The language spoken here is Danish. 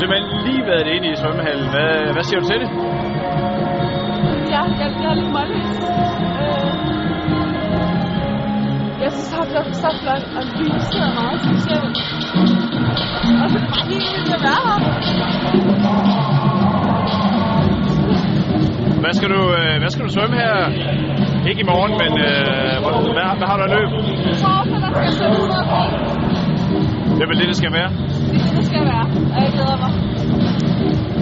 simpelthen lige været inde i svømmehallen. Hvad, hvad siger du til det? Ja, jeg bliver lidt målløs. Øh, jeg synes, at det er så flot, og byen sidder meget specielt. Og så bare helt vildt at være her. Hvad skal du, øh, hvad skal du svømme her? Ikke i morgen, men øh, hvor- hvad, hvad har du af løb? Jeg tror, at der skal sidde 100 folk. Det er vel det, det skal være. Det er det, det skal være, og jeg glæder mig.